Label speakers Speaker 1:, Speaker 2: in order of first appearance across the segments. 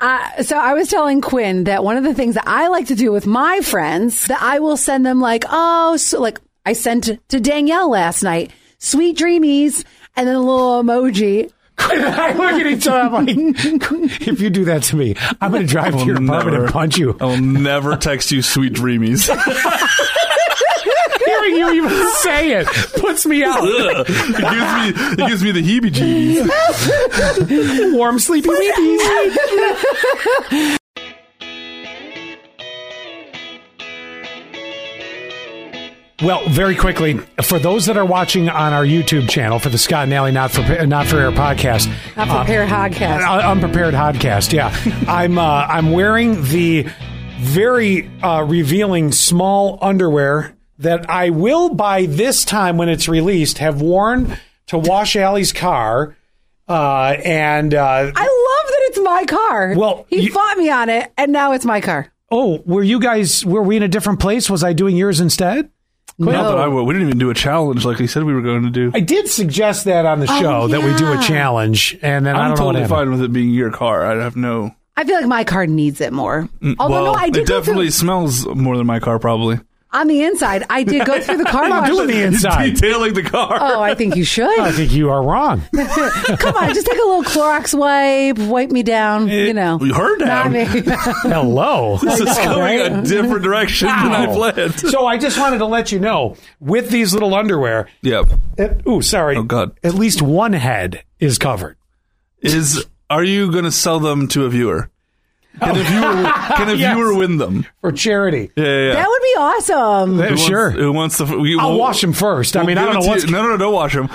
Speaker 1: Uh, so I was telling Quinn that one of the things that I like to do with my friends that I will send them like, oh, so like I sent to Danielle last night, sweet dreamies, and then a little emoji.
Speaker 2: I Oh, look at each other. I'm like, if you do that to me, I'm going to drive to your apartment and punch you.
Speaker 3: I will never text you sweet dreamies.
Speaker 2: Hearing you even say it puts me out.
Speaker 3: Ugh. it, gives me, it gives me the heebie-jeebies.
Speaker 2: Warm, sleepy weepies. Well, very quickly, for those that are watching on our YouTube channel for the Scott and Allie Not for Not for Air podcast, uh,
Speaker 1: Not
Speaker 2: Ah.
Speaker 1: for Air podcast.
Speaker 2: Un- unprepared podcast. Yeah, I'm uh, I'm wearing the very uh, revealing small underwear that I will by this time when it's released have worn to wash Allie's car, uh, and uh,
Speaker 1: I love that it's my car.
Speaker 2: Well,
Speaker 1: he
Speaker 2: you-
Speaker 1: fought me on it, and now it's my car.
Speaker 2: oh, were you guys were we in a different place? Was I doing yours instead?
Speaker 3: Not that I would. We didn't even do a challenge like we said we were going to do.
Speaker 2: I did suggest that on the show that we do a
Speaker 1: yeah.
Speaker 2: challenge, and then I
Speaker 3: Oh, I'm
Speaker 2: don't know
Speaker 3: totally
Speaker 2: what happened.
Speaker 3: fine with it being your car. I have no.
Speaker 1: I feel like my car needs it more.
Speaker 2: Mm,
Speaker 1: Although
Speaker 3: well,
Speaker 1: no, I did
Speaker 3: it
Speaker 1: go
Speaker 3: definitely
Speaker 1: through,
Speaker 3: smells more than my car, probably.
Speaker 1: on the inside. I did go through the car
Speaker 2: not
Speaker 1: wash.
Speaker 2: doing the ins- Inside.
Speaker 3: Detailing the car.
Speaker 1: oh, I think you
Speaker 2: I
Speaker 1: should.
Speaker 2: think you are wrong.
Speaker 1: Come on, just take a little Clorox wipe, wipe me down. you know,
Speaker 3: Her
Speaker 1: not
Speaker 3: down.
Speaker 1: me.
Speaker 2: Hello.
Speaker 3: This is going a different direction than I
Speaker 2: Wow.
Speaker 3: planned.
Speaker 2: So I just wanted to let you know with these little underwear.
Speaker 3: yeah.
Speaker 2: It, ooh, sorry.
Speaker 3: Oh, God.
Speaker 2: At least one head is covered.
Speaker 3: Is are you going to sell them to a viewer? Can a viewer can a
Speaker 2: Yes.
Speaker 3: viewer win them?
Speaker 2: For charity.
Speaker 3: Yeah, yeah. yeah.
Speaker 1: That would be awesome.
Speaker 3: Who wants-
Speaker 2: sure.
Speaker 3: Who wants the? We,
Speaker 2: I'll
Speaker 3: we'll-
Speaker 2: wash them first. I
Speaker 3: we'll
Speaker 2: mean, I
Speaker 3: give
Speaker 2: don't
Speaker 3: it
Speaker 2: know
Speaker 3: to
Speaker 2: what's.
Speaker 3: you. No, no, no, don't wash them.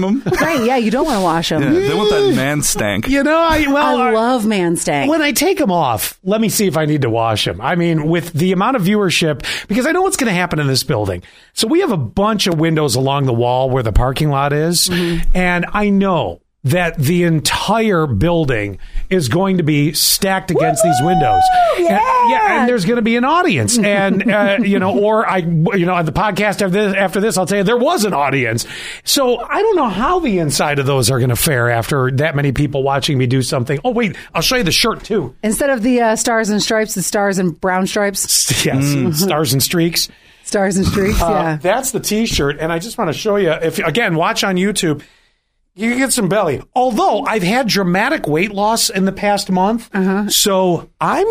Speaker 3: them.
Speaker 1: Right? Yeah, you don't want to wash them.
Speaker 3: Yeah, they want that man stank.
Speaker 2: You know, I, well,
Speaker 1: I
Speaker 2: I-
Speaker 1: love man stank.
Speaker 2: when I take them off, let me see if I need to wash them. I mean, with the amount of viewership, because I know what's going to happen in this building. So we have a bunch of windows along the wall where the parking lot is.
Speaker 3: Mm-hmm.
Speaker 2: And I know that the entire building is going to be stacked against these windows. And-
Speaker 1: Yeah!
Speaker 2: yeah. And there's going to be an audience. And, uh, you know, or I, you know, on the podcast after this, after this, I'll tell you there was an audience. So I don't know how the inside of those are going to fare after that many people watching me do something. Oh, wait, I'll show you the shirt too.
Speaker 1: Instead of the uh, stars and stripes, the stars and brown stripes,
Speaker 2: Yes, stars and streaks.
Speaker 1: stars and streaks.
Speaker 2: Uh,
Speaker 1: yeah.
Speaker 2: that's the T-shirt, and I just want to show you. If again, watch on YouTube, you can get some belly. Although I've had dramatic weight loss in the past month, so I'm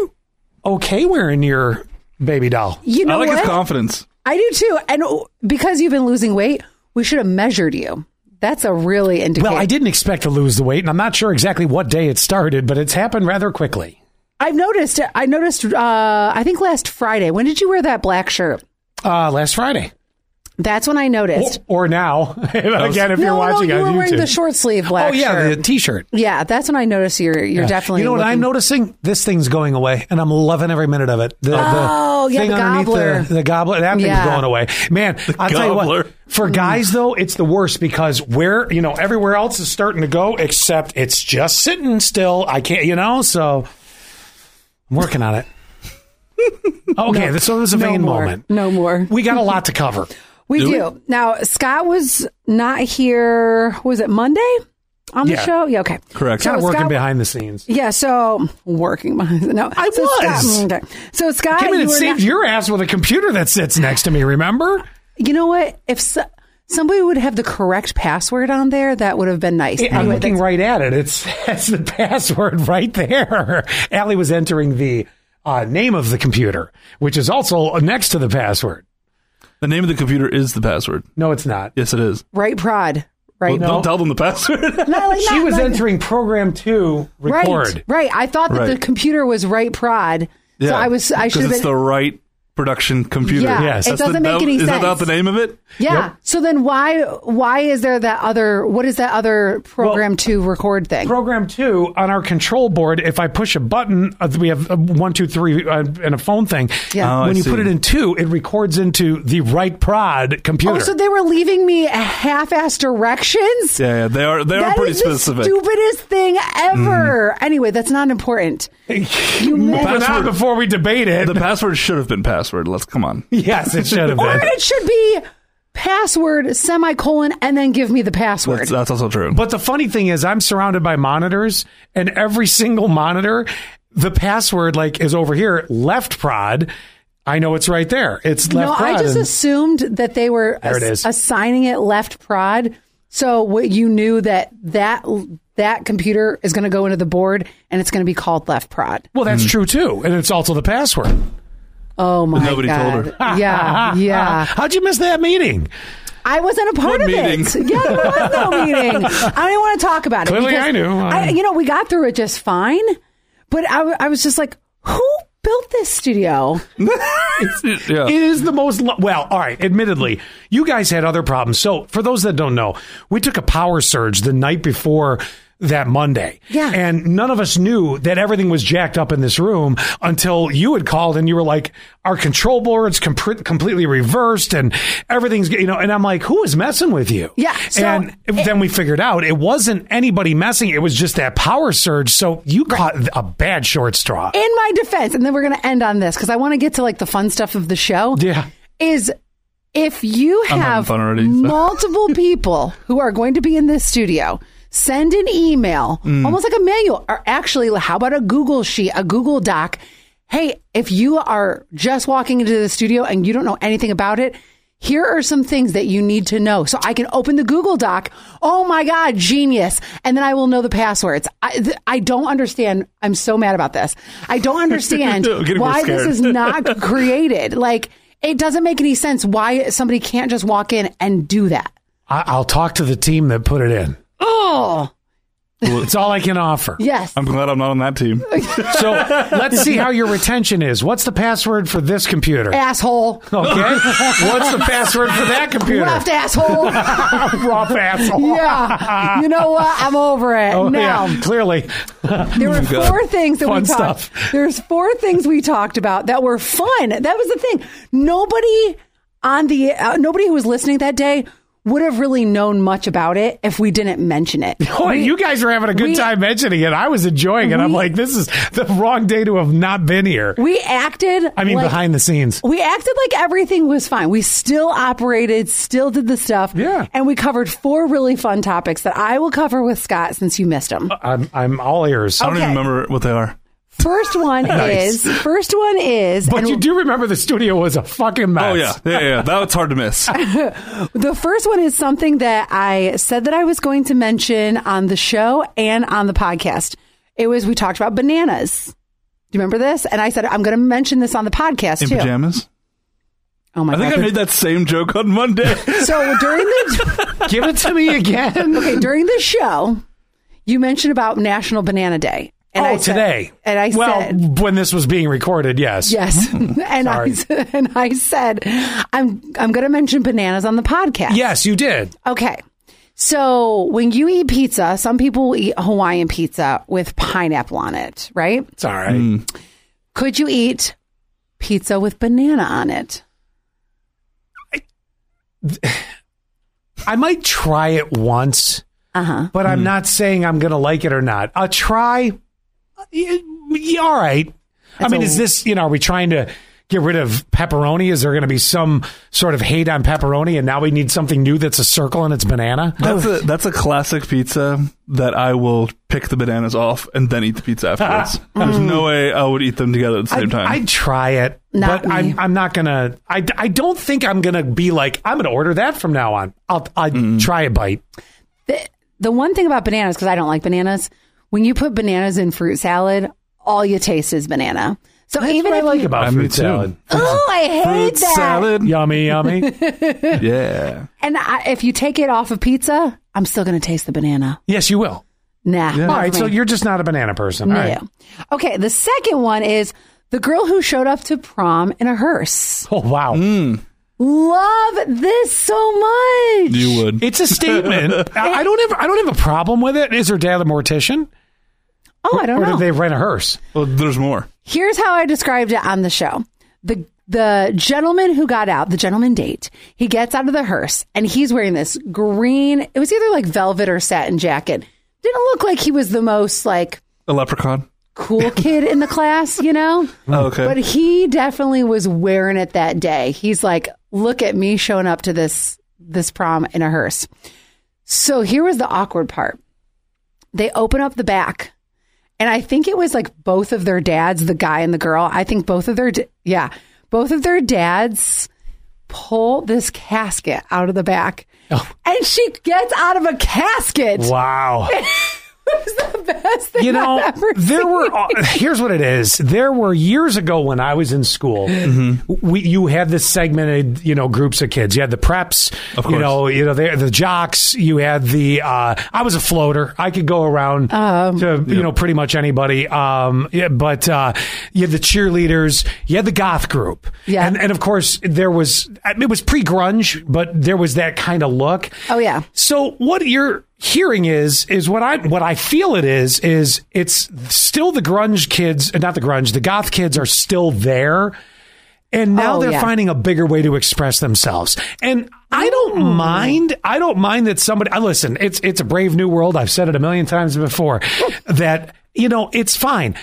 Speaker 2: okay wearing your baby doll.
Speaker 1: you
Speaker 3: I
Speaker 1: know
Speaker 3: like
Speaker 1: what?
Speaker 3: his confidence.
Speaker 1: I do too. And because you've been losing weight, we should have measured you. That's a really indicator.
Speaker 2: Well, I didn't expect to lose the weight, and I'm not sure exactly what day it started, but it's happened rather quickly.
Speaker 1: I've noticed. I noticed. Uh, I think last Friday. When did you wear that black shirt?
Speaker 2: Uh, last Friday,
Speaker 1: That's when I
Speaker 2: or,
Speaker 1: noticed.
Speaker 2: or now, again, Oh, if
Speaker 1: no,
Speaker 2: you're watching
Speaker 1: no, you
Speaker 2: on
Speaker 1: were
Speaker 2: YouTube.
Speaker 1: wearing the short sleeve black.
Speaker 2: oh yeah,
Speaker 1: shirt.
Speaker 2: the T-shirt.
Speaker 1: yeah. That's when I noticed you're you're definitely.
Speaker 2: You know what I'm
Speaker 1: looking-
Speaker 2: noticing? This thing's going away, and I'm loving every minute of it. The,
Speaker 1: Oh,
Speaker 2: the
Speaker 1: yeah,
Speaker 2: thing
Speaker 1: the
Speaker 2: underneath
Speaker 1: gobbler.
Speaker 2: The, the gobbler. That
Speaker 1: Yeah. Hmm.
Speaker 2: thing's going away. Man, I'll tell you
Speaker 3: gobbler.
Speaker 2: what. For guys, though, it's the worst because where you know everywhere else is starting to go, except it's just sitting still. I can't, you know. So I'm working on it. Okay, so it was a
Speaker 1: no
Speaker 2: vain
Speaker 1: more.
Speaker 2: moment.
Speaker 1: No more.
Speaker 2: We got a lot to cover.
Speaker 1: We do,
Speaker 3: Do
Speaker 1: now. Scott was not here. Was it Monday on the
Speaker 2: Yeah.
Speaker 1: show? Yeah. Okay.
Speaker 3: Correct.
Speaker 1: So
Speaker 2: Kind of working
Speaker 1: Scott-
Speaker 2: behind the scenes.
Speaker 1: Yeah, so working behind. No, I so
Speaker 2: was.
Speaker 1: Scott, okay. So Scott,
Speaker 2: Came in
Speaker 1: you,
Speaker 2: and
Speaker 1: were
Speaker 2: saved
Speaker 1: not-
Speaker 2: your ass with a computer that sits next to me. Remember?
Speaker 1: you know what? If so, somebody would have the correct password on there, that would have been nice.
Speaker 2: I'm
Speaker 1: Anyway,
Speaker 2: looking
Speaker 1: that's-
Speaker 2: right at it. It's that's the password right there. Allie was entering the uh, name of the computer, which is also next to the password.
Speaker 3: The name of the computer is the password.
Speaker 2: No, it's not.
Speaker 3: Yes, it is.
Speaker 1: right prod, right?
Speaker 3: Well, Don't tell them the password.
Speaker 1: Not like-
Speaker 2: She
Speaker 1: not
Speaker 2: was
Speaker 1: like-
Speaker 2: entering program two
Speaker 1: right,
Speaker 2: record.
Speaker 1: right. I thought that the
Speaker 3: Right.
Speaker 1: computer was right prod, so I was I should
Speaker 3: because
Speaker 1: have
Speaker 3: it's
Speaker 1: been
Speaker 3: the right production computer.
Speaker 1: Yeah,
Speaker 2: Yes.
Speaker 1: it
Speaker 2: That's
Speaker 1: doesn't
Speaker 3: the,
Speaker 1: make
Speaker 3: that-
Speaker 1: any
Speaker 3: is
Speaker 1: sense.
Speaker 3: that not the name of it?
Speaker 1: Yeah. So then why why is there that other what is that other program to record thing?
Speaker 2: Program two on our control board. If I push a button, uh, we have uh, one, two, three, uh, and a phone thing.
Speaker 1: Yeah.
Speaker 3: Oh, I
Speaker 2: when you put
Speaker 3: see.
Speaker 2: it in two, it records into the right prod computer.
Speaker 1: oh, so they were leaving me half-ass directions.
Speaker 3: Yeah, yeah. They are. They are
Speaker 1: That
Speaker 3: pretty
Speaker 1: is The
Speaker 3: specific.
Speaker 1: stupidest thing ever. Anyway, that's not important. You
Speaker 2: but
Speaker 1: missed.
Speaker 2: not
Speaker 3: password-
Speaker 2: before we debate it.
Speaker 3: the password should have been password. Let's come on.
Speaker 2: yes, it should have
Speaker 1: Or
Speaker 2: been.
Speaker 1: it should be password semicolon and then give me the password.
Speaker 3: That's, that's also true.
Speaker 2: But the funny thing is, I'm surrounded by monitors, and every single monitor the password like is over here, left prod. I know it's right there. It's left
Speaker 1: no,
Speaker 2: prod.
Speaker 1: I just
Speaker 2: and-
Speaker 1: assumed that they were
Speaker 2: There it
Speaker 1: ass-
Speaker 2: is.
Speaker 1: assigning it left prod. So what you knew that that that computer is going to go into the board and it's going to be called left prod.
Speaker 2: well, that's true too, and it's also the password.
Speaker 1: Oh my
Speaker 3: nobody
Speaker 1: god!
Speaker 3: told
Speaker 1: her. yeah, yeah.
Speaker 2: How'd you miss that meeting?
Speaker 1: I wasn't a part
Speaker 3: What
Speaker 1: of
Speaker 3: meeting?
Speaker 1: it. Yeah, there was no meeting. I didn't want to talk about it.
Speaker 2: Clearly
Speaker 1: because
Speaker 2: I knew.
Speaker 1: I, you know, we got through it just fine, but I, w- I was just like, who built this studio?
Speaker 3: yeah.
Speaker 2: It is the most lo- well. All right, admittedly, you guys had other problems. So, for those that don't know, we took a power surge the night before that Monday.
Speaker 1: Yeah.
Speaker 2: and none of us knew that everything was jacked up in this room until you had called and you were like, "Our control board's com- completely reversed and everything's you know." And I'm like, "Who is messing with you?"
Speaker 1: Yeah, so-
Speaker 2: and then we figured out it wasn't anybody messing; it was just that power surge. So you caught a bad short straw.
Speaker 1: in my defense, and then we're going to end on this because I want to get to like the fun stuff of the show.
Speaker 2: Yeah.
Speaker 1: Is if you
Speaker 3: having
Speaker 1: have
Speaker 3: fun already, so.
Speaker 1: multiple people who are going to be in this studio, send an email,
Speaker 3: Mm.
Speaker 1: almost like a manual, or actually, how about a Google sheet, a Google Doc? Hey, if you are just walking into the studio and you don't know anything about it, here are some things that you need to know. So I can open the Google Doc. Oh my God, genius. And then I will know the passwords. I, th- I don't understand. I'm so mad about this. I don't understand
Speaker 3: I'm getting more
Speaker 1: why this
Speaker 3: scared.
Speaker 1: is not created. Like, it doesn't make any sense why somebody can't just walk in and do that.
Speaker 2: I- I'll talk to the team that put it in.
Speaker 1: Oh,
Speaker 2: It's all I can offer.
Speaker 1: yes.
Speaker 3: I'm glad I'm not on that team.
Speaker 2: So let's see how your retention is. What's the password for this computer? Okay.
Speaker 1: asshole.
Speaker 2: What's the password for that computer?
Speaker 1: Left asshole.
Speaker 2: Rough asshole.
Speaker 1: yeah. You know what? I'm over it.
Speaker 2: Oh,
Speaker 1: now,
Speaker 2: yeah, clearly.
Speaker 1: there were
Speaker 3: God.
Speaker 1: four things that
Speaker 2: Fun
Speaker 1: we talked.
Speaker 2: stuff.
Speaker 1: There's four things we talked about that were fun. That was the thing. Nobody on the uh, nobody who was listening that day would have really known much about it if we didn't mention it.
Speaker 2: Boy, you guys are having a good
Speaker 1: we-
Speaker 2: time mentioning it. I was enjoying it. I'm
Speaker 1: We-
Speaker 2: like, this is the wrong day to have not been here.
Speaker 1: We acted.
Speaker 2: I mean,
Speaker 1: like-
Speaker 2: behind the scenes.
Speaker 1: We acted like everything was fine. We still operated, still did the stuff.
Speaker 2: Yeah.
Speaker 1: And we covered four really fun topics that I will cover with Scott since you missed
Speaker 3: Uh,
Speaker 1: them.
Speaker 2: I'm, I'm all ears.
Speaker 3: I don't even
Speaker 1: Okay.
Speaker 3: remember what they are.
Speaker 1: First one
Speaker 2: Nice.
Speaker 1: is first one is
Speaker 2: But
Speaker 1: and
Speaker 2: you do remember the studio was a fucking mess.
Speaker 3: Oh yeah, yeah, yeah. That's hard to miss.
Speaker 1: the first one is something that I said that I was going to mention on the show and on the podcast. It was we talked about bananas. Do you remember this? And I said I'm going to mention this on the podcast
Speaker 3: In
Speaker 1: too.
Speaker 3: pajamas.
Speaker 1: Oh my
Speaker 3: I think I
Speaker 1: god!
Speaker 3: made that same joke on Monday.
Speaker 1: so during the
Speaker 2: Give it to me again.
Speaker 1: okay during the show, you mentioned about National Banana Day. And
Speaker 2: oh,
Speaker 1: I said-
Speaker 2: today.
Speaker 1: and I
Speaker 2: well,
Speaker 1: said,
Speaker 2: when this was being recorded, yes.
Speaker 1: Yes. and I
Speaker 2: Sorry.
Speaker 1: and I said I'm I'm going to mention bananas on the podcast.
Speaker 2: Yes, you did.
Speaker 1: Okay. So, when you eat pizza, some people eat Hawaiian pizza with pineapple on it, right?
Speaker 2: It's all right.
Speaker 3: Mm.
Speaker 1: Could you eat pizza with banana on it?
Speaker 2: I might try it once,
Speaker 1: Uh-huh.
Speaker 2: but
Speaker 3: Mm.
Speaker 2: I'm not saying I'm going to like it or not. I'll try. Yeah, yeah, all right. I mean,
Speaker 1: a-
Speaker 2: is this, you know, are we trying to get rid of pepperoni? Is there going to be some sort of hate on pepperoni and now we need something new that's a circle and it's banana?
Speaker 3: That's a that's a classic pizza that I will pick the bananas off and then eat the pizza afterwards. There's no way I would eat them together at the same
Speaker 2: I'd,
Speaker 3: time.
Speaker 2: I'd try it,
Speaker 1: Not
Speaker 2: but
Speaker 1: me.
Speaker 2: I'm, I'm not gonna. I, I don't think I'm gonna be like I'm gonna order that from now on. I'll I
Speaker 3: Mm-hmm.
Speaker 2: would try a bite.
Speaker 1: The, the one thing about bananas cuz I don't like bananas, when you put bananas in fruit salad, all you taste is banana. So
Speaker 2: That's
Speaker 1: even
Speaker 2: what I
Speaker 1: if
Speaker 2: like
Speaker 1: you,
Speaker 2: about
Speaker 3: I- me
Speaker 2: fruit
Speaker 3: too.
Speaker 2: salad.
Speaker 1: Oh,
Speaker 2: Uh-huh.
Speaker 1: I hate
Speaker 3: Fruit
Speaker 1: that.
Speaker 3: salad.
Speaker 2: yummy, yummy.
Speaker 3: Yeah.
Speaker 1: And I, if you take it off of pizza, I'm still going to taste the banana.
Speaker 2: yes, you will.
Speaker 1: Nah. not
Speaker 2: All right,
Speaker 1: for
Speaker 2: so
Speaker 1: me.
Speaker 2: you're just not a banana person. All
Speaker 1: No.
Speaker 2: right.
Speaker 1: Okay, the second one is the girl who showed up to prom in a hearse.
Speaker 2: Oh wow.
Speaker 1: Mm. Love this so much.
Speaker 3: You would.
Speaker 2: It's a statement. I I don't have I don't have a problem with it. Is her dad a mortician?
Speaker 1: oh, I don't
Speaker 2: or
Speaker 1: know.
Speaker 2: did they rent a hearse?
Speaker 3: Well, there's more.
Speaker 1: Here's how I described it on the show. The the gentleman who got out, the gentleman date, he gets out of the hearse and he's wearing this green, it was either like velvet or satin jacket. Didn't look like he was the most like
Speaker 3: A leprechaun.
Speaker 1: cool kid in the class, you know?
Speaker 3: Oh, okay.
Speaker 1: But he definitely was wearing it that day. He's like, look at me showing up to this this prom in a hearse. So here was the awkward part. They open up the back and I think it was like both of their dads, the guy and the girl. I think both of their d- yeah, both of their dads pull this casket out of the back,
Speaker 2: Oh.
Speaker 1: and she gets out of a casket.
Speaker 2: Wow.
Speaker 1: It was the best thing
Speaker 2: You know,
Speaker 1: I've ever
Speaker 2: there
Speaker 1: seen.
Speaker 2: were. uh, Here's what it is. There were years ago when I was in school.
Speaker 3: Mm-hmm.
Speaker 2: We you had the segmented, you know, groups of kids. You had the preps,
Speaker 3: Of
Speaker 2: you
Speaker 3: course.
Speaker 2: know, you know, the, the jocks. You had the. Uh, I was a floater. I could go around
Speaker 1: Um,
Speaker 2: to you know pretty much anybody. Um, yeah, but uh, you had the cheerleaders. You had the goth group.
Speaker 1: Yeah.
Speaker 2: and and of course there was. It was pre grunge, but there was that kind of look.
Speaker 1: Oh, yeah.
Speaker 2: So what you're hearing is is what I what I feel it is is it's still the grunge kids, not the grunge, the goth kids are still there. And now
Speaker 1: Oh,
Speaker 2: they're
Speaker 1: yeah.
Speaker 2: finding a bigger way to express themselves. And I don't
Speaker 1: Hmm.
Speaker 2: mind. I don't mind that somebody. I listen. It's it's a brave new world. I've said it a million times before. that you know it's fine.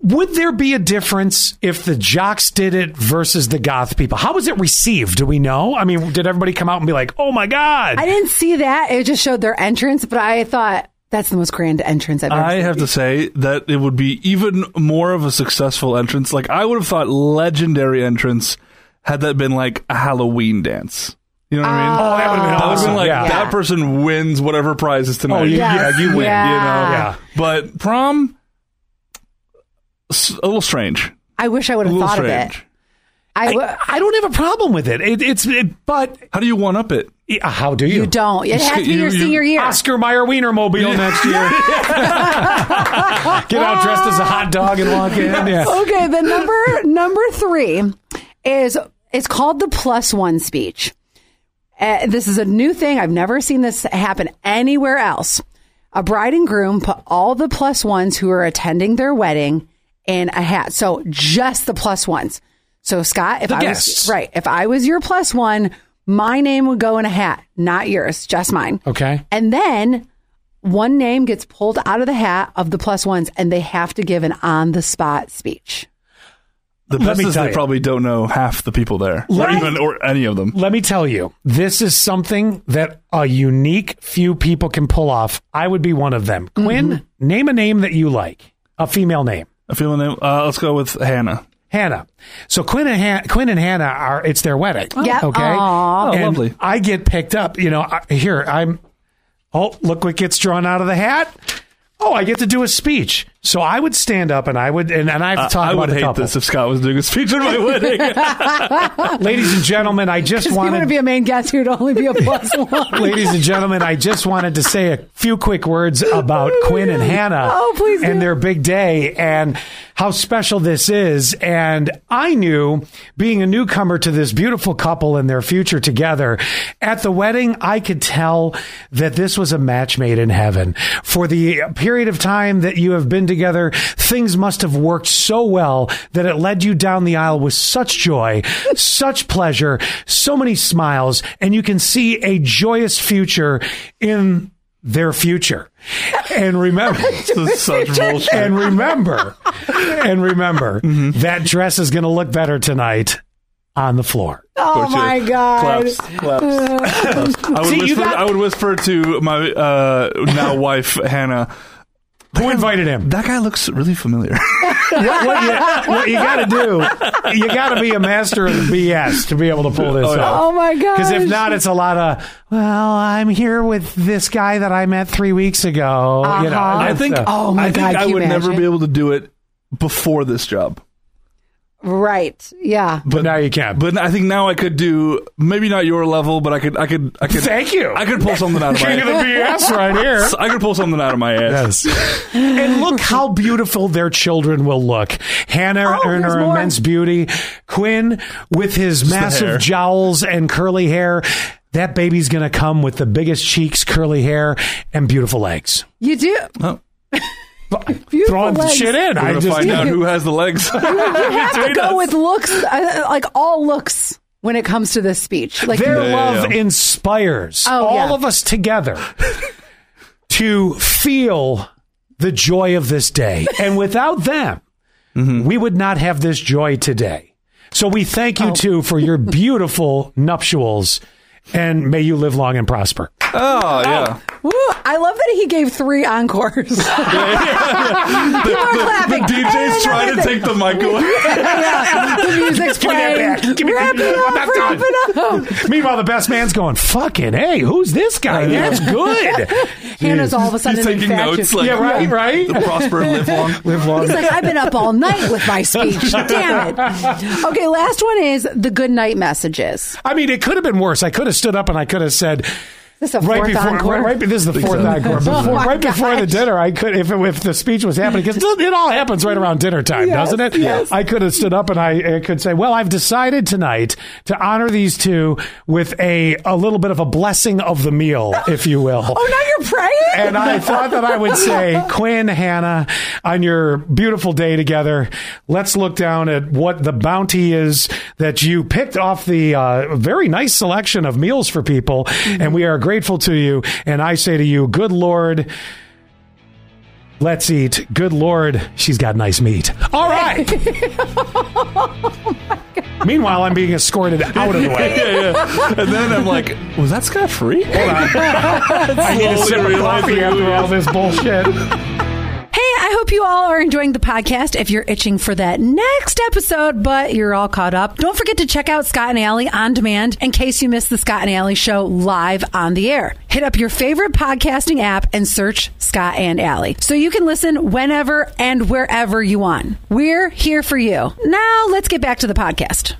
Speaker 2: Would there be a difference if the jocks did it versus the goth people? How was it received? Do we know? I mean, did everybody come out and be like, "Oh my god"?
Speaker 1: I didn't see that. It just showed their entrance, but I thought that's the most grand entrance I've ever
Speaker 3: I
Speaker 1: seen.
Speaker 3: have to say that it would be even more of a successful entrance. Like I would have thought legendary entrance had that been like a Halloween dance. You know what I mean?
Speaker 2: Oh, that would have been
Speaker 3: I was
Speaker 2: awesome.
Speaker 3: like,
Speaker 2: yeah.
Speaker 3: that person wins whatever prize is tonight.
Speaker 2: Oh, you-
Speaker 1: Yes.
Speaker 3: Yeah, you win,
Speaker 1: Yeah.
Speaker 3: you know?
Speaker 2: Yeah.
Speaker 3: But prom, s- a little strange.
Speaker 1: I wish I would
Speaker 3: A
Speaker 1: have
Speaker 3: little
Speaker 1: thought
Speaker 3: strange.
Speaker 1: of it. I w-
Speaker 2: I, I don't have a problem with it. it it's it, but
Speaker 3: How do you one up it?
Speaker 2: uh, how do you?
Speaker 1: you don't. It has to be
Speaker 3: you-
Speaker 1: your
Speaker 3: you-
Speaker 1: senior year.
Speaker 2: Oscar Mayer Wienermobile next year. Get out dressed as a hot dog and walk in. Yeah.
Speaker 1: Okay, the number number three is it's called the plus one speech. Uh, this is a new thing. I've never seen this happen anywhere else. A bride and groom put all the plus ones who are attending their wedding in a hat. So just the plus ones. So Scott, if I
Speaker 2: guests.
Speaker 1: was right, if I was your plus one, my name would go in a hat, not yours, just mine.
Speaker 2: Okay.
Speaker 1: And then one name gets pulled out of the hat of the plus ones and they have to give an on the spot speech.
Speaker 3: The
Speaker 2: Let
Speaker 3: best
Speaker 2: me
Speaker 3: is
Speaker 2: tell
Speaker 3: they
Speaker 2: you.
Speaker 3: probably don't know half the people there, or
Speaker 2: Right?
Speaker 3: even or any of them.
Speaker 2: Let me tell you, this is something that a unique few people can pull off. I would be one of them. Quinn, name a name that you like, a female name.
Speaker 3: I feel the name. Uh, let's go with Hannah.
Speaker 2: Hannah. So Quinn and Han- Quinn and Hannah are it's their wedding.
Speaker 1: Yep.
Speaker 2: Okay.
Speaker 1: Aw.
Speaker 3: Oh,
Speaker 2: And
Speaker 3: lovely.
Speaker 2: I get picked up. You know, I, here I'm. Oh, look what gets drawn out of the hat. Oh, I get to do a speech. So I would stand up and I would and, and I have to talk
Speaker 3: Uh, I
Speaker 2: about
Speaker 3: would
Speaker 2: the
Speaker 3: hate
Speaker 2: couple.
Speaker 3: this if Scott was doing a speech at my wedding.
Speaker 2: Ladies and gentlemen, I just
Speaker 1: If you want to
Speaker 2: wanted
Speaker 1: be a main guest, you'd only be a plus one.
Speaker 2: Ladies and gentlemen, I just wanted to say a few quick words about Quinn and Hannah
Speaker 1: Oh, please do.
Speaker 2: and their big day and how special this is. And I knew being a newcomer to this beautiful couple and their future together at the wedding, I could tell that this was a match made in heaven. For the period of time that you have been together, things must have worked so well that it led you down the aisle with such joy, such pleasure, so many smiles, and you can see a joyous future in their future. And remember,
Speaker 3: this is such bullshit.
Speaker 2: and remember, and remember,
Speaker 3: Mm-hmm.
Speaker 2: that dress is going to look better tonight on the floor.
Speaker 1: Oh
Speaker 3: Torture.
Speaker 1: my God.
Speaker 3: Claps, claps, claps. I, would
Speaker 2: See, you
Speaker 3: whisper,
Speaker 2: got-
Speaker 3: I would whisper to my uh, now wife Hannah.
Speaker 2: Who invited him?
Speaker 3: That guy looks really familiar.
Speaker 2: What, what you, what you gotta do, you gotta be a master of the BS to be able to pull this
Speaker 3: Oh, yeah.
Speaker 2: off.
Speaker 1: Oh my God.
Speaker 2: Because if not, it's a lot of, well, I'm here with this guy that I met three weeks ago.
Speaker 1: Uh-huh.
Speaker 2: You know, and
Speaker 3: I
Speaker 2: that's,
Speaker 3: think.
Speaker 2: uh,
Speaker 1: Oh my
Speaker 3: I think
Speaker 1: God,
Speaker 3: I
Speaker 1: can you
Speaker 3: would never
Speaker 1: imagine?
Speaker 3: be able to do it before this job.
Speaker 1: right. Yeah.
Speaker 2: but now you can't.
Speaker 3: But I think now I could do maybe not your level, but I could. I could. I could.
Speaker 2: Thank you.
Speaker 3: I could pull something out of my.
Speaker 2: King of the
Speaker 3: ass.
Speaker 2: BS right here.
Speaker 3: I could pull something out of my ass.
Speaker 2: Yes. and look how beautiful their children will look. Hannah
Speaker 1: Oh,
Speaker 2: in
Speaker 1: there's
Speaker 2: her
Speaker 1: more.
Speaker 2: immense beauty. Quinn with his
Speaker 3: the hair.
Speaker 2: massive jowls and curly hair. That baby's going to come with the biggest cheeks, curly hair, and beautiful legs.
Speaker 1: You do.
Speaker 3: Oh,
Speaker 1: Beautiful
Speaker 2: Throwing
Speaker 1: legs.
Speaker 2: shit in.
Speaker 3: we're
Speaker 2: I
Speaker 3: gonna
Speaker 2: just
Speaker 3: find out who has the legs. Oh,
Speaker 1: You have to
Speaker 3: Between
Speaker 1: go
Speaker 3: us.
Speaker 1: with looks, uh, like all looks when it comes to this speech. Like,
Speaker 2: Their
Speaker 3: Yeah, yeah,
Speaker 2: love
Speaker 3: yeah.
Speaker 2: inspires
Speaker 1: Oh,
Speaker 2: all
Speaker 1: yeah.
Speaker 2: of us together to feel the joy of this day. And without them, we would not have this joy today. So we thank
Speaker 1: Oh.
Speaker 2: you too for your beautiful nuptials and may you live long and prosper.
Speaker 3: Oh yeah.
Speaker 1: Woo! I love that he gave three encores. People are clapping.
Speaker 3: The DJ's
Speaker 1: And
Speaker 3: trying to
Speaker 1: another
Speaker 3: take the mic away.
Speaker 1: yeah, the music's
Speaker 2: Give me that
Speaker 1: playing.
Speaker 2: back. Give me
Speaker 1: Wrap
Speaker 2: that
Speaker 1: it
Speaker 2: back.
Speaker 1: up,
Speaker 2: I'm not
Speaker 1: wrap it up.
Speaker 2: Meanwhile, the best man's going, fucking, hey, who's this guy? That's good.
Speaker 1: Hannah's all of a sudden
Speaker 3: He's taking
Speaker 1: infatuated.
Speaker 3: notes. Like,
Speaker 2: Yeah, right, right.
Speaker 3: The prosper and live long.
Speaker 2: Live
Speaker 1: He's
Speaker 2: long.
Speaker 1: like, I've been up all night with my speech. Damn it. Okay, last one is the good night messages.
Speaker 2: I mean, it could have been worse. I could have stood up and I could have said,
Speaker 1: This is a
Speaker 2: right
Speaker 1: fourth
Speaker 2: before,
Speaker 1: encore.
Speaker 2: Right, right, this is the fourth
Speaker 3: so.
Speaker 2: encore.
Speaker 1: Oh
Speaker 2: Before,
Speaker 1: my
Speaker 2: right before the
Speaker 1: gosh.
Speaker 2: dinner, I could if it, if the speech was happening because it all happens right around dinner time,
Speaker 1: Yes,
Speaker 2: doesn't it?
Speaker 1: yes.
Speaker 2: I could have stood up and I, I could say, "Well, I've decided tonight to honor these two with a a little bit of a blessing of the meal, if you will."
Speaker 1: Oh, now you're praying?
Speaker 2: And I thought that I would say, Quinn, Hannah, on your beautiful day together, let's look down at what the bounty is that you picked off the uh, very nice selection of meals for people. And we are grateful to you. And I say to you, good Lord. Let's eat. Good Lord, she's got nice meat. All right. Meanwhile, I'm being escorted out of the way.
Speaker 3: Yeah, yeah. And then I'm like, was that Scott free? Hold on.
Speaker 2: I need a sip of coffee after all this bullshit.
Speaker 1: Hey, I hope you all are enjoying the podcast. If you're itching for that next episode, but you're all caught up, don't forget to check out Scott and Allie on demand in case you missed the Scott and Allie show live on the air. Hit up your favorite podcasting app and search Scott and Allie so you can listen whenever and wherever you want. We're here for you. Now let's get back to the podcast.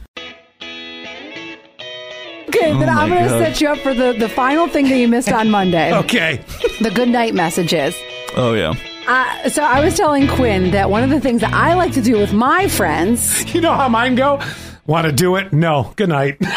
Speaker 1: Okay, then I'm
Speaker 3: Oh my
Speaker 1: going to
Speaker 3: God.
Speaker 1: set you up for the, the final thing that you missed on Monday
Speaker 2: Okay.
Speaker 1: the good night messages.
Speaker 3: Oh, yeah.
Speaker 1: Uh, so I was telling Quinn that one of the things that I like to do with my friends,
Speaker 2: You know how mine go? Want to do it? No. Good night.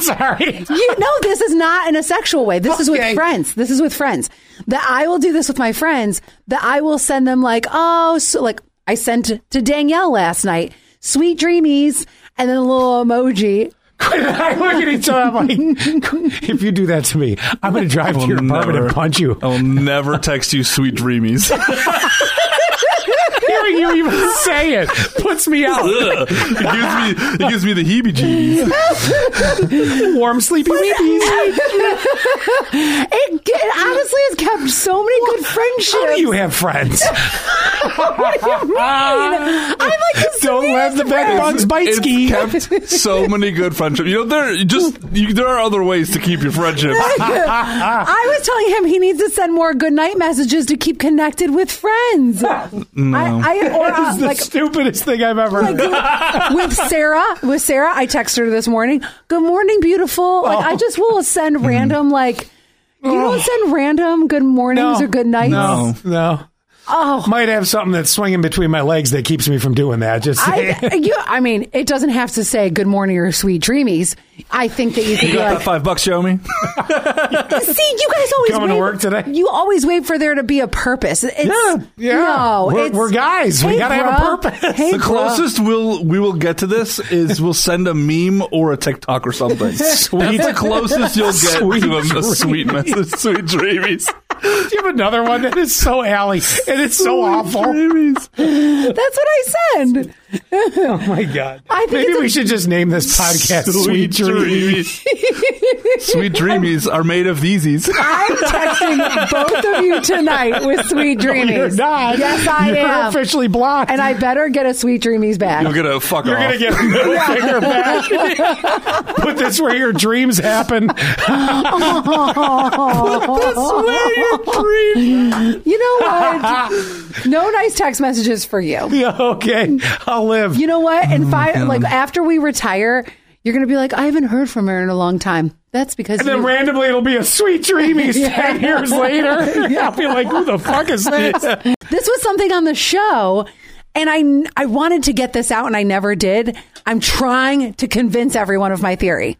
Speaker 2: Sorry.
Speaker 1: you know, this is not in a sexual way. This is
Speaker 2: Okay.
Speaker 1: with friends. This is with friends. That I will do this with my friends. That I will send them like, oh, so like I sent to Danielle last night, sweet dreamies, and then a little emoji.
Speaker 2: Quinn and I look at each other. I'm like, if you do that to me, I'm going to drive to your apartment and punch you.
Speaker 3: I'll never text you sweet dreamies.
Speaker 2: Hearing you even say it puts me out.
Speaker 3: Ugh. it gives me it gives me the heebie-jeebies.
Speaker 2: Warm, sleepy weepies.
Speaker 1: It, it honestly has kept so many good friendships.
Speaker 2: How do you have friends?
Speaker 1: I like to
Speaker 2: Don't let the bed bugs bite ski.
Speaker 3: It's kept so many good friendships. You know, there just you, there are other ways to keep your friendships.
Speaker 1: I was telling him he needs to send more good night messages to keep connected with friends. I, I or
Speaker 2: This
Speaker 1: uh,
Speaker 2: is the
Speaker 1: like
Speaker 2: stupidest thing I've ever heard.
Speaker 1: with Sarah, with Sarah, I texted her this morning. Good morning, beautiful. Like
Speaker 2: Oh.
Speaker 1: I just will
Speaker 2: Mm-hmm.
Speaker 1: send random like you don't send random good mornings or good nights.
Speaker 2: No, no.
Speaker 1: Oh.
Speaker 2: Might have something that's swinging between my legs that keeps me from doing that. Just
Speaker 1: I, you, I mean, it doesn't have to say good morning or sweet dreamies. I think that you can
Speaker 3: You
Speaker 1: be
Speaker 3: got
Speaker 1: like,
Speaker 3: that five bucks, show me.
Speaker 1: see, you guys always
Speaker 2: Coming
Speaker 1: wait,
Speaker 2: to work today?
Speaker 1: You always wait for there to be a purpose. It's,
Speaker 2: Yeah, yeah.
Speaker 1: No,
Speaker 2: We're-
Speaker 1: it's-
Speaker 2: we're guys. We
Speaker 1: Hey,
Speaker 2: gotta have a
Speaker 1: bruh.
Speaker 2: purpose.
Speaker 1: Hey,
Speaker 3: The
Speaker 1: bruh.
Speaker 3: closest we'll we will get to this is we'll send a meme or a TikTok or something.
Speaker 2: Sweet.
Speaker 3: That's the closest you'll get
Speaker 2: Sweet
Speaker 3: to a, a sweet
Speaker 2: dreamies.
Speaker 3: message, sweet dreamies.
Speaker 2: Do you have another one that is so alley and it's so awful?
Speaker 3: Dreamies.
Speaker 1: That's what I send.
Speaker 2: Oh my god!
Speaker 1: I think
Speaker 2: Maybe
Speaker 1: it's a-
Speaker 2: we should just name this podcast "Sweet, Dreams."
Speaker 3: dreamies. sweet dreamies are made of these's.
Speaker 1: I'm texting both of you tonight with sweet dreamies.
Speaker 2: You're not.
Speaker 1: Yes, I
Speaker 2: You're
Speaker 1: am.
Speaker 2: officially blocked.
Speaker 1: and I better get a sweet dreamies back.
Speaker 3: You're gonna fuck
Speaker 2: You're
Speaker 3: off.
Speaker 2: gonna get a middle finger back. Put this where your dreams happen.
Speaker 1: You know what? no nice text messages for you.
Speaker 2: Yeah, okay, I'll live.
Speaker 1: You know what? And five, like after we retire, you're gonna be like, I haven't heard from her in a long time. That's because
Speaker 2: and then
Speaker 1: you-
Speaker 2: randomly it'll be a sweet dreamies ten years later. I'll be like, "Who the fuck is this?"
Speaker 1: this was something on the show. And I, I wanted to get this out and I never did. I'm trying to convince everyone of my theory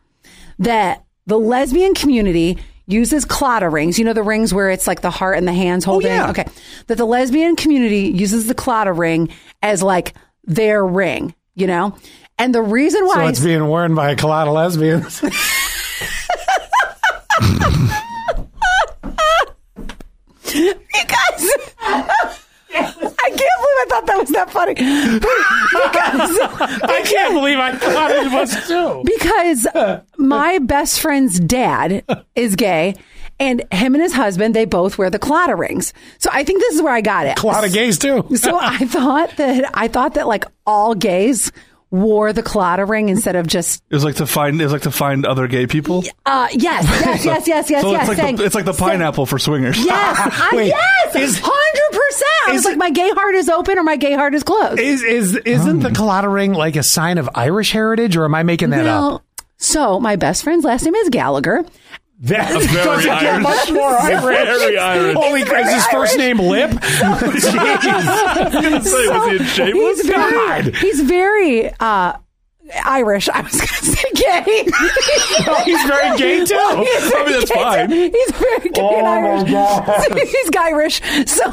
Speaker 1: that the lesbian community uses clotter rings. You know, the rings where it's like the heart and the hands
Speaker 2: Oh,
Speaker 1: holding.
Speaker 3: yeah.
Speaker 1: Okay. That the lesbian community uses the clotter ring as like their ring, you know? And the reason
Speaker 2: So
Speaker 1: why
Speaker 2: it's being worn by a lot of lesbians.
Speaker 1: you guys. I can't believe I thought that was that funny. Because-
Speaker 2: I can't believe I thought it was too.
Speaker 1: because my best friend's dad is gay And him and his husband, they both wear the clotta rings. So I think this is where I got it.
Speaker 2: A lot of gays too.
Speaker 1: So I thought that I thought that like all gays wore the clotta ring instead of just
Speaker 3: It was like to find. It was like to find other gay people.
Speaker 1: uh yes, yes, yes, yes, yes,
Speaker 3: so
Speaker 1: yes.
Speaker 3: it's like
Speaker 1: saying-
Speaker 3: the, it's like the
Speaker 1: saying-
Speaker 3: pineapple for swingers.
Speaker 1: Yes, I,
Speaker 2: Wait,
Speaker 1: yes,
Speaker 2: is-
Speaker 1: hundred percent. I was
Speaker 2: is-
Speaker 1: like, my gay heart is open or my gay heart is closed.
Speaker 2: Is is isn't the clotta ring like a sign of Irish heritage, or am I making that up?
Speaker 1: Well, so my best friend's last name is Gallagher.
Speaker 2: That's
Speaker 3: very Irish.
Speaker 2: much more Irish.
Speaker 3: Very Irish.
Speaker 2: Holy crap! Is his first name Lip?
Speaker 3: was he in Shameless?
Speaker 1: he's very,
Speaker 2: God.
Speaker 1: he's very uh, Irish. I was going to say gay.
Speaker 2: He's very gay too.
Speaker 1: He's
Speaker 3: I mean, that's
Speaker 1: gay, too.
Speaker 3: fine.
Speaker 1: He's very gay and Irish. he's Irish. So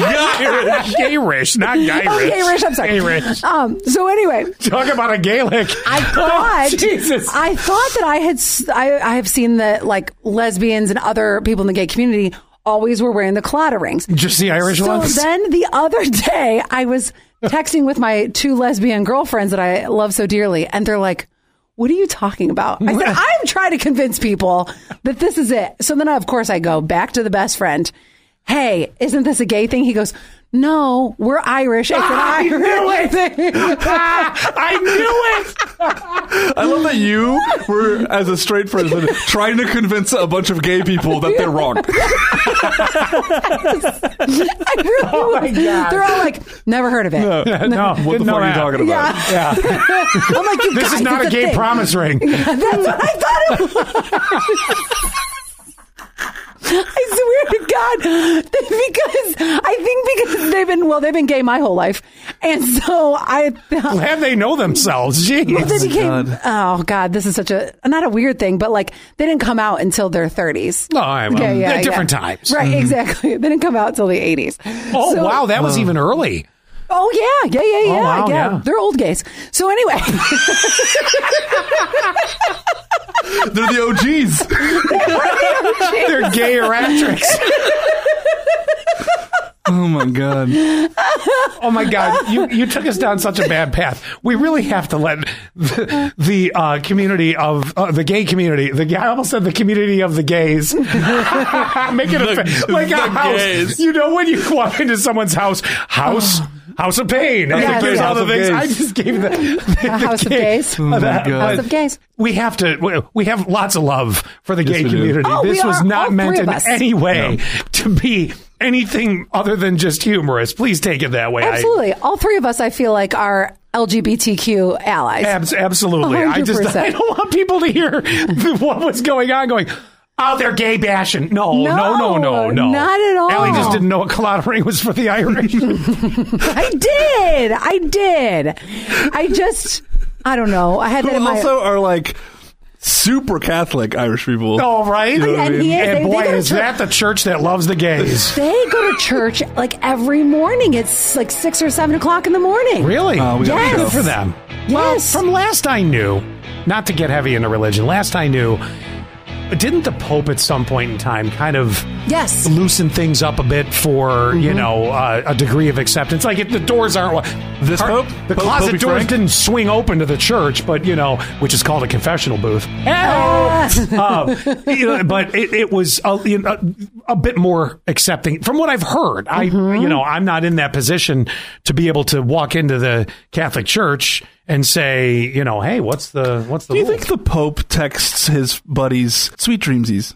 Speaker 2: Irish, Irish, not Irish.
Speaker 1: Oh, Irish. I'm sorry.
Speaker 2: Irish.
Speaker 1: Um, so anyway,
Speaker 2: Talk about a Gaelic.
Speaker 1: I thought
Speaker 2: Jesus.
Speaker 1: I thought that I had s- I, I have seen that like lesbians and other people in the gay community always were wearing the clotter rings.
Speaker 2: Just the Irish
Speaker 1: so
Speaker 2: ones.
Speaker 1: then the other day I was texting with my two lesbian girlfriends that I love so dearly and they're like what are you talking about? I said, I'm trying to convince people that this is it. So then, of course, I go back to the best friend. Hey, isn't this a gay thing? He goes, No, we're Irish. It's an
Speaker 2: I
Speaker 1: Irish
Speaker 2: knew
Speaker 1: thing.
Speaker 2: Ah, I knew it.
Speaker 3: I love that you were, as a straight person, trying to convince a bunch of gay people that they're wrong.
Speaker 1: I really was.
Speaker 2: God.
Speaker 1: They're all like, never heard of it.
Speaker 2: Oh No,
Speaker 3: What the
Speaker 2: didn't
Speaker 3: fuck
Speaker 2: know
Speaker 3: are
Speaker 2: that.
Speaker 3: you talking about?
Speaker 1: Yeah.
Speaker 2: Yeah.
Speaker 1: I'm like, you
Speaker 2: This
Speaker 1: guys,
Speaker 2: is not
Speaker 1: it's
Speaker 2: a gay
Speaker 1: thing.
Speaker 2: promise ring.
Speaker 1: That's what I thought it was. I swear to God, because I think because they've been well, they've been gay my whole life, and so I
Speaker 2: Glad they know themselves.
Speaker 1: they
Speaker 2: Jeez.
Speaker 1: became.
Speaker 3: God.
Speaker 1: Oh God, this is such a not a weird thing, but like they didn't come out until their 30s.
Speaker 2: No, I, well, they're different times. Mm-hmm.
Speaker 1: Right, exactly. They didn't come out till the 80s.
Speaker 2: Oh
Speaker 1: So-
Speaker 2: wow, that was even early.
Speaker 1: Oh yeah, yeah, yeah, yeah,
Speaker 2: Oh, wow,
Speaker 1: yeah.
Speaker 2: yeah.
Speaker 1: They're old gays. So anyway,
Speaker 3: They're the OGs.
Speaker 2: They're gay erratrics.
Speaker 3: Oh my god.
Speaker 2: Oh my God, you, you took us down such a bad path. We really have to let the, the uh, community of uh, the gay community, the gay- I almost said the community of the gays, make it a, fa- like a
Speaker 3: the
Speaker 2: house.
Speaker 3: gays.
Speaker 2: You know when you walk into someone's house, house. House of Pain. House
Speaker 1: of Pain,
Speaker 2: all
Speaker 3: House
Speaker 2: the
Speaker 3: of
Speaker 2: things.
Speaker 3: Gays.
Speaker 2: I just gave the, the- the
Speaker 1: House of
Speaker 2: gay-
Speaker 1: Gays. Oh
Speaker 2: uh, the-
Speaker 3: God.
Speaker 1: House of Gays.
Speaker 2: We have to. we- We have lots of love for the gay
Speaker 3: we do.
Speaker 2: community.
Speaker 1: Oh,
Speaker 2: this
Speaker 1: we
Speaker 2: was
Speaker 1: are, all
Speaker 2: not meant
Speaker 1: three
Speaker 2: in
Speaker 1: of us.
Speaker 2: any way to be anything other than just humorous. Please take it that way. I-
Speaker 1: Absolutely. All three of us, I feel like, are LGBTQ allies.
Speaker 2: Abs- absolutely. I just
Speaker 1: 100%.
Speaker 2: I don't want people to hear the- what was going on. Going, oh, they're gay bashing. No, no, no, no, no,
Speaker 1: not at all.
Speaker 2: Ellie just didn't know a cloud ring was for the Irish.
Speaker 1: I did. I did. I just, I don't know. I had that in
Speaker 3: Who
Speaker 1: my.
Speaker 3: also are like super Catholic Irish people.
Speaker 2: all right.
Speaker 3: You know what I
Speaker 1: and
Speaker 3: mean?
Speaker 1: he is.
Speaker 2: and
Speaker 1: they,
Speaker 2: boy,
Speaker 1: they go to
Speaker 2: is
Speaker 1: church-
Speaker 2: that the church that loves the gays?
Speaker 1: They go to church like every morning. It's like six or seven o'clock in the morning.
Speaker 2: Really?
Speaker 3: Oh, we gotta
Speaker 1: Yes.
Speaker 3: go.
Speaker 2: Good for them.
Speaker 1: Yes.
Speaker 2: From last I knew, not to get heavy into religion. Last I knew, didn't the Pope at some point in time kind of?
Speaker 1: yes.
Speaker 2: loosen things up a bit for
Speaker 3: Mm-hmm.
Speaker 2: you know uh, a degree of acceptance. Like if the doors aren't
Speaker 3: This
Speaker 2: are-
Speaker 3: Pope?
Speaker 2: the
Speaker 3: Pope-
Speaker 2: closet
Speaker 3: Popey
Speaker 2: doors
Speaker 3: Frank?
Speaker 2: didn't swing open to the church, but you know, which is called a confessional booth. Uh, you know, but it, it was a, you know, a bit more accepting from what I've heard. I
Speaker 3: Mm-hmm.
Speaker 2: you know I'm not in that position to be able to walk into the Catholic Church and say you know hey what's the what's the
Speaker 3: Do you
Speaker 2: rules?
Speaker 3: think the Pope texts his buddies sweet dreamsies?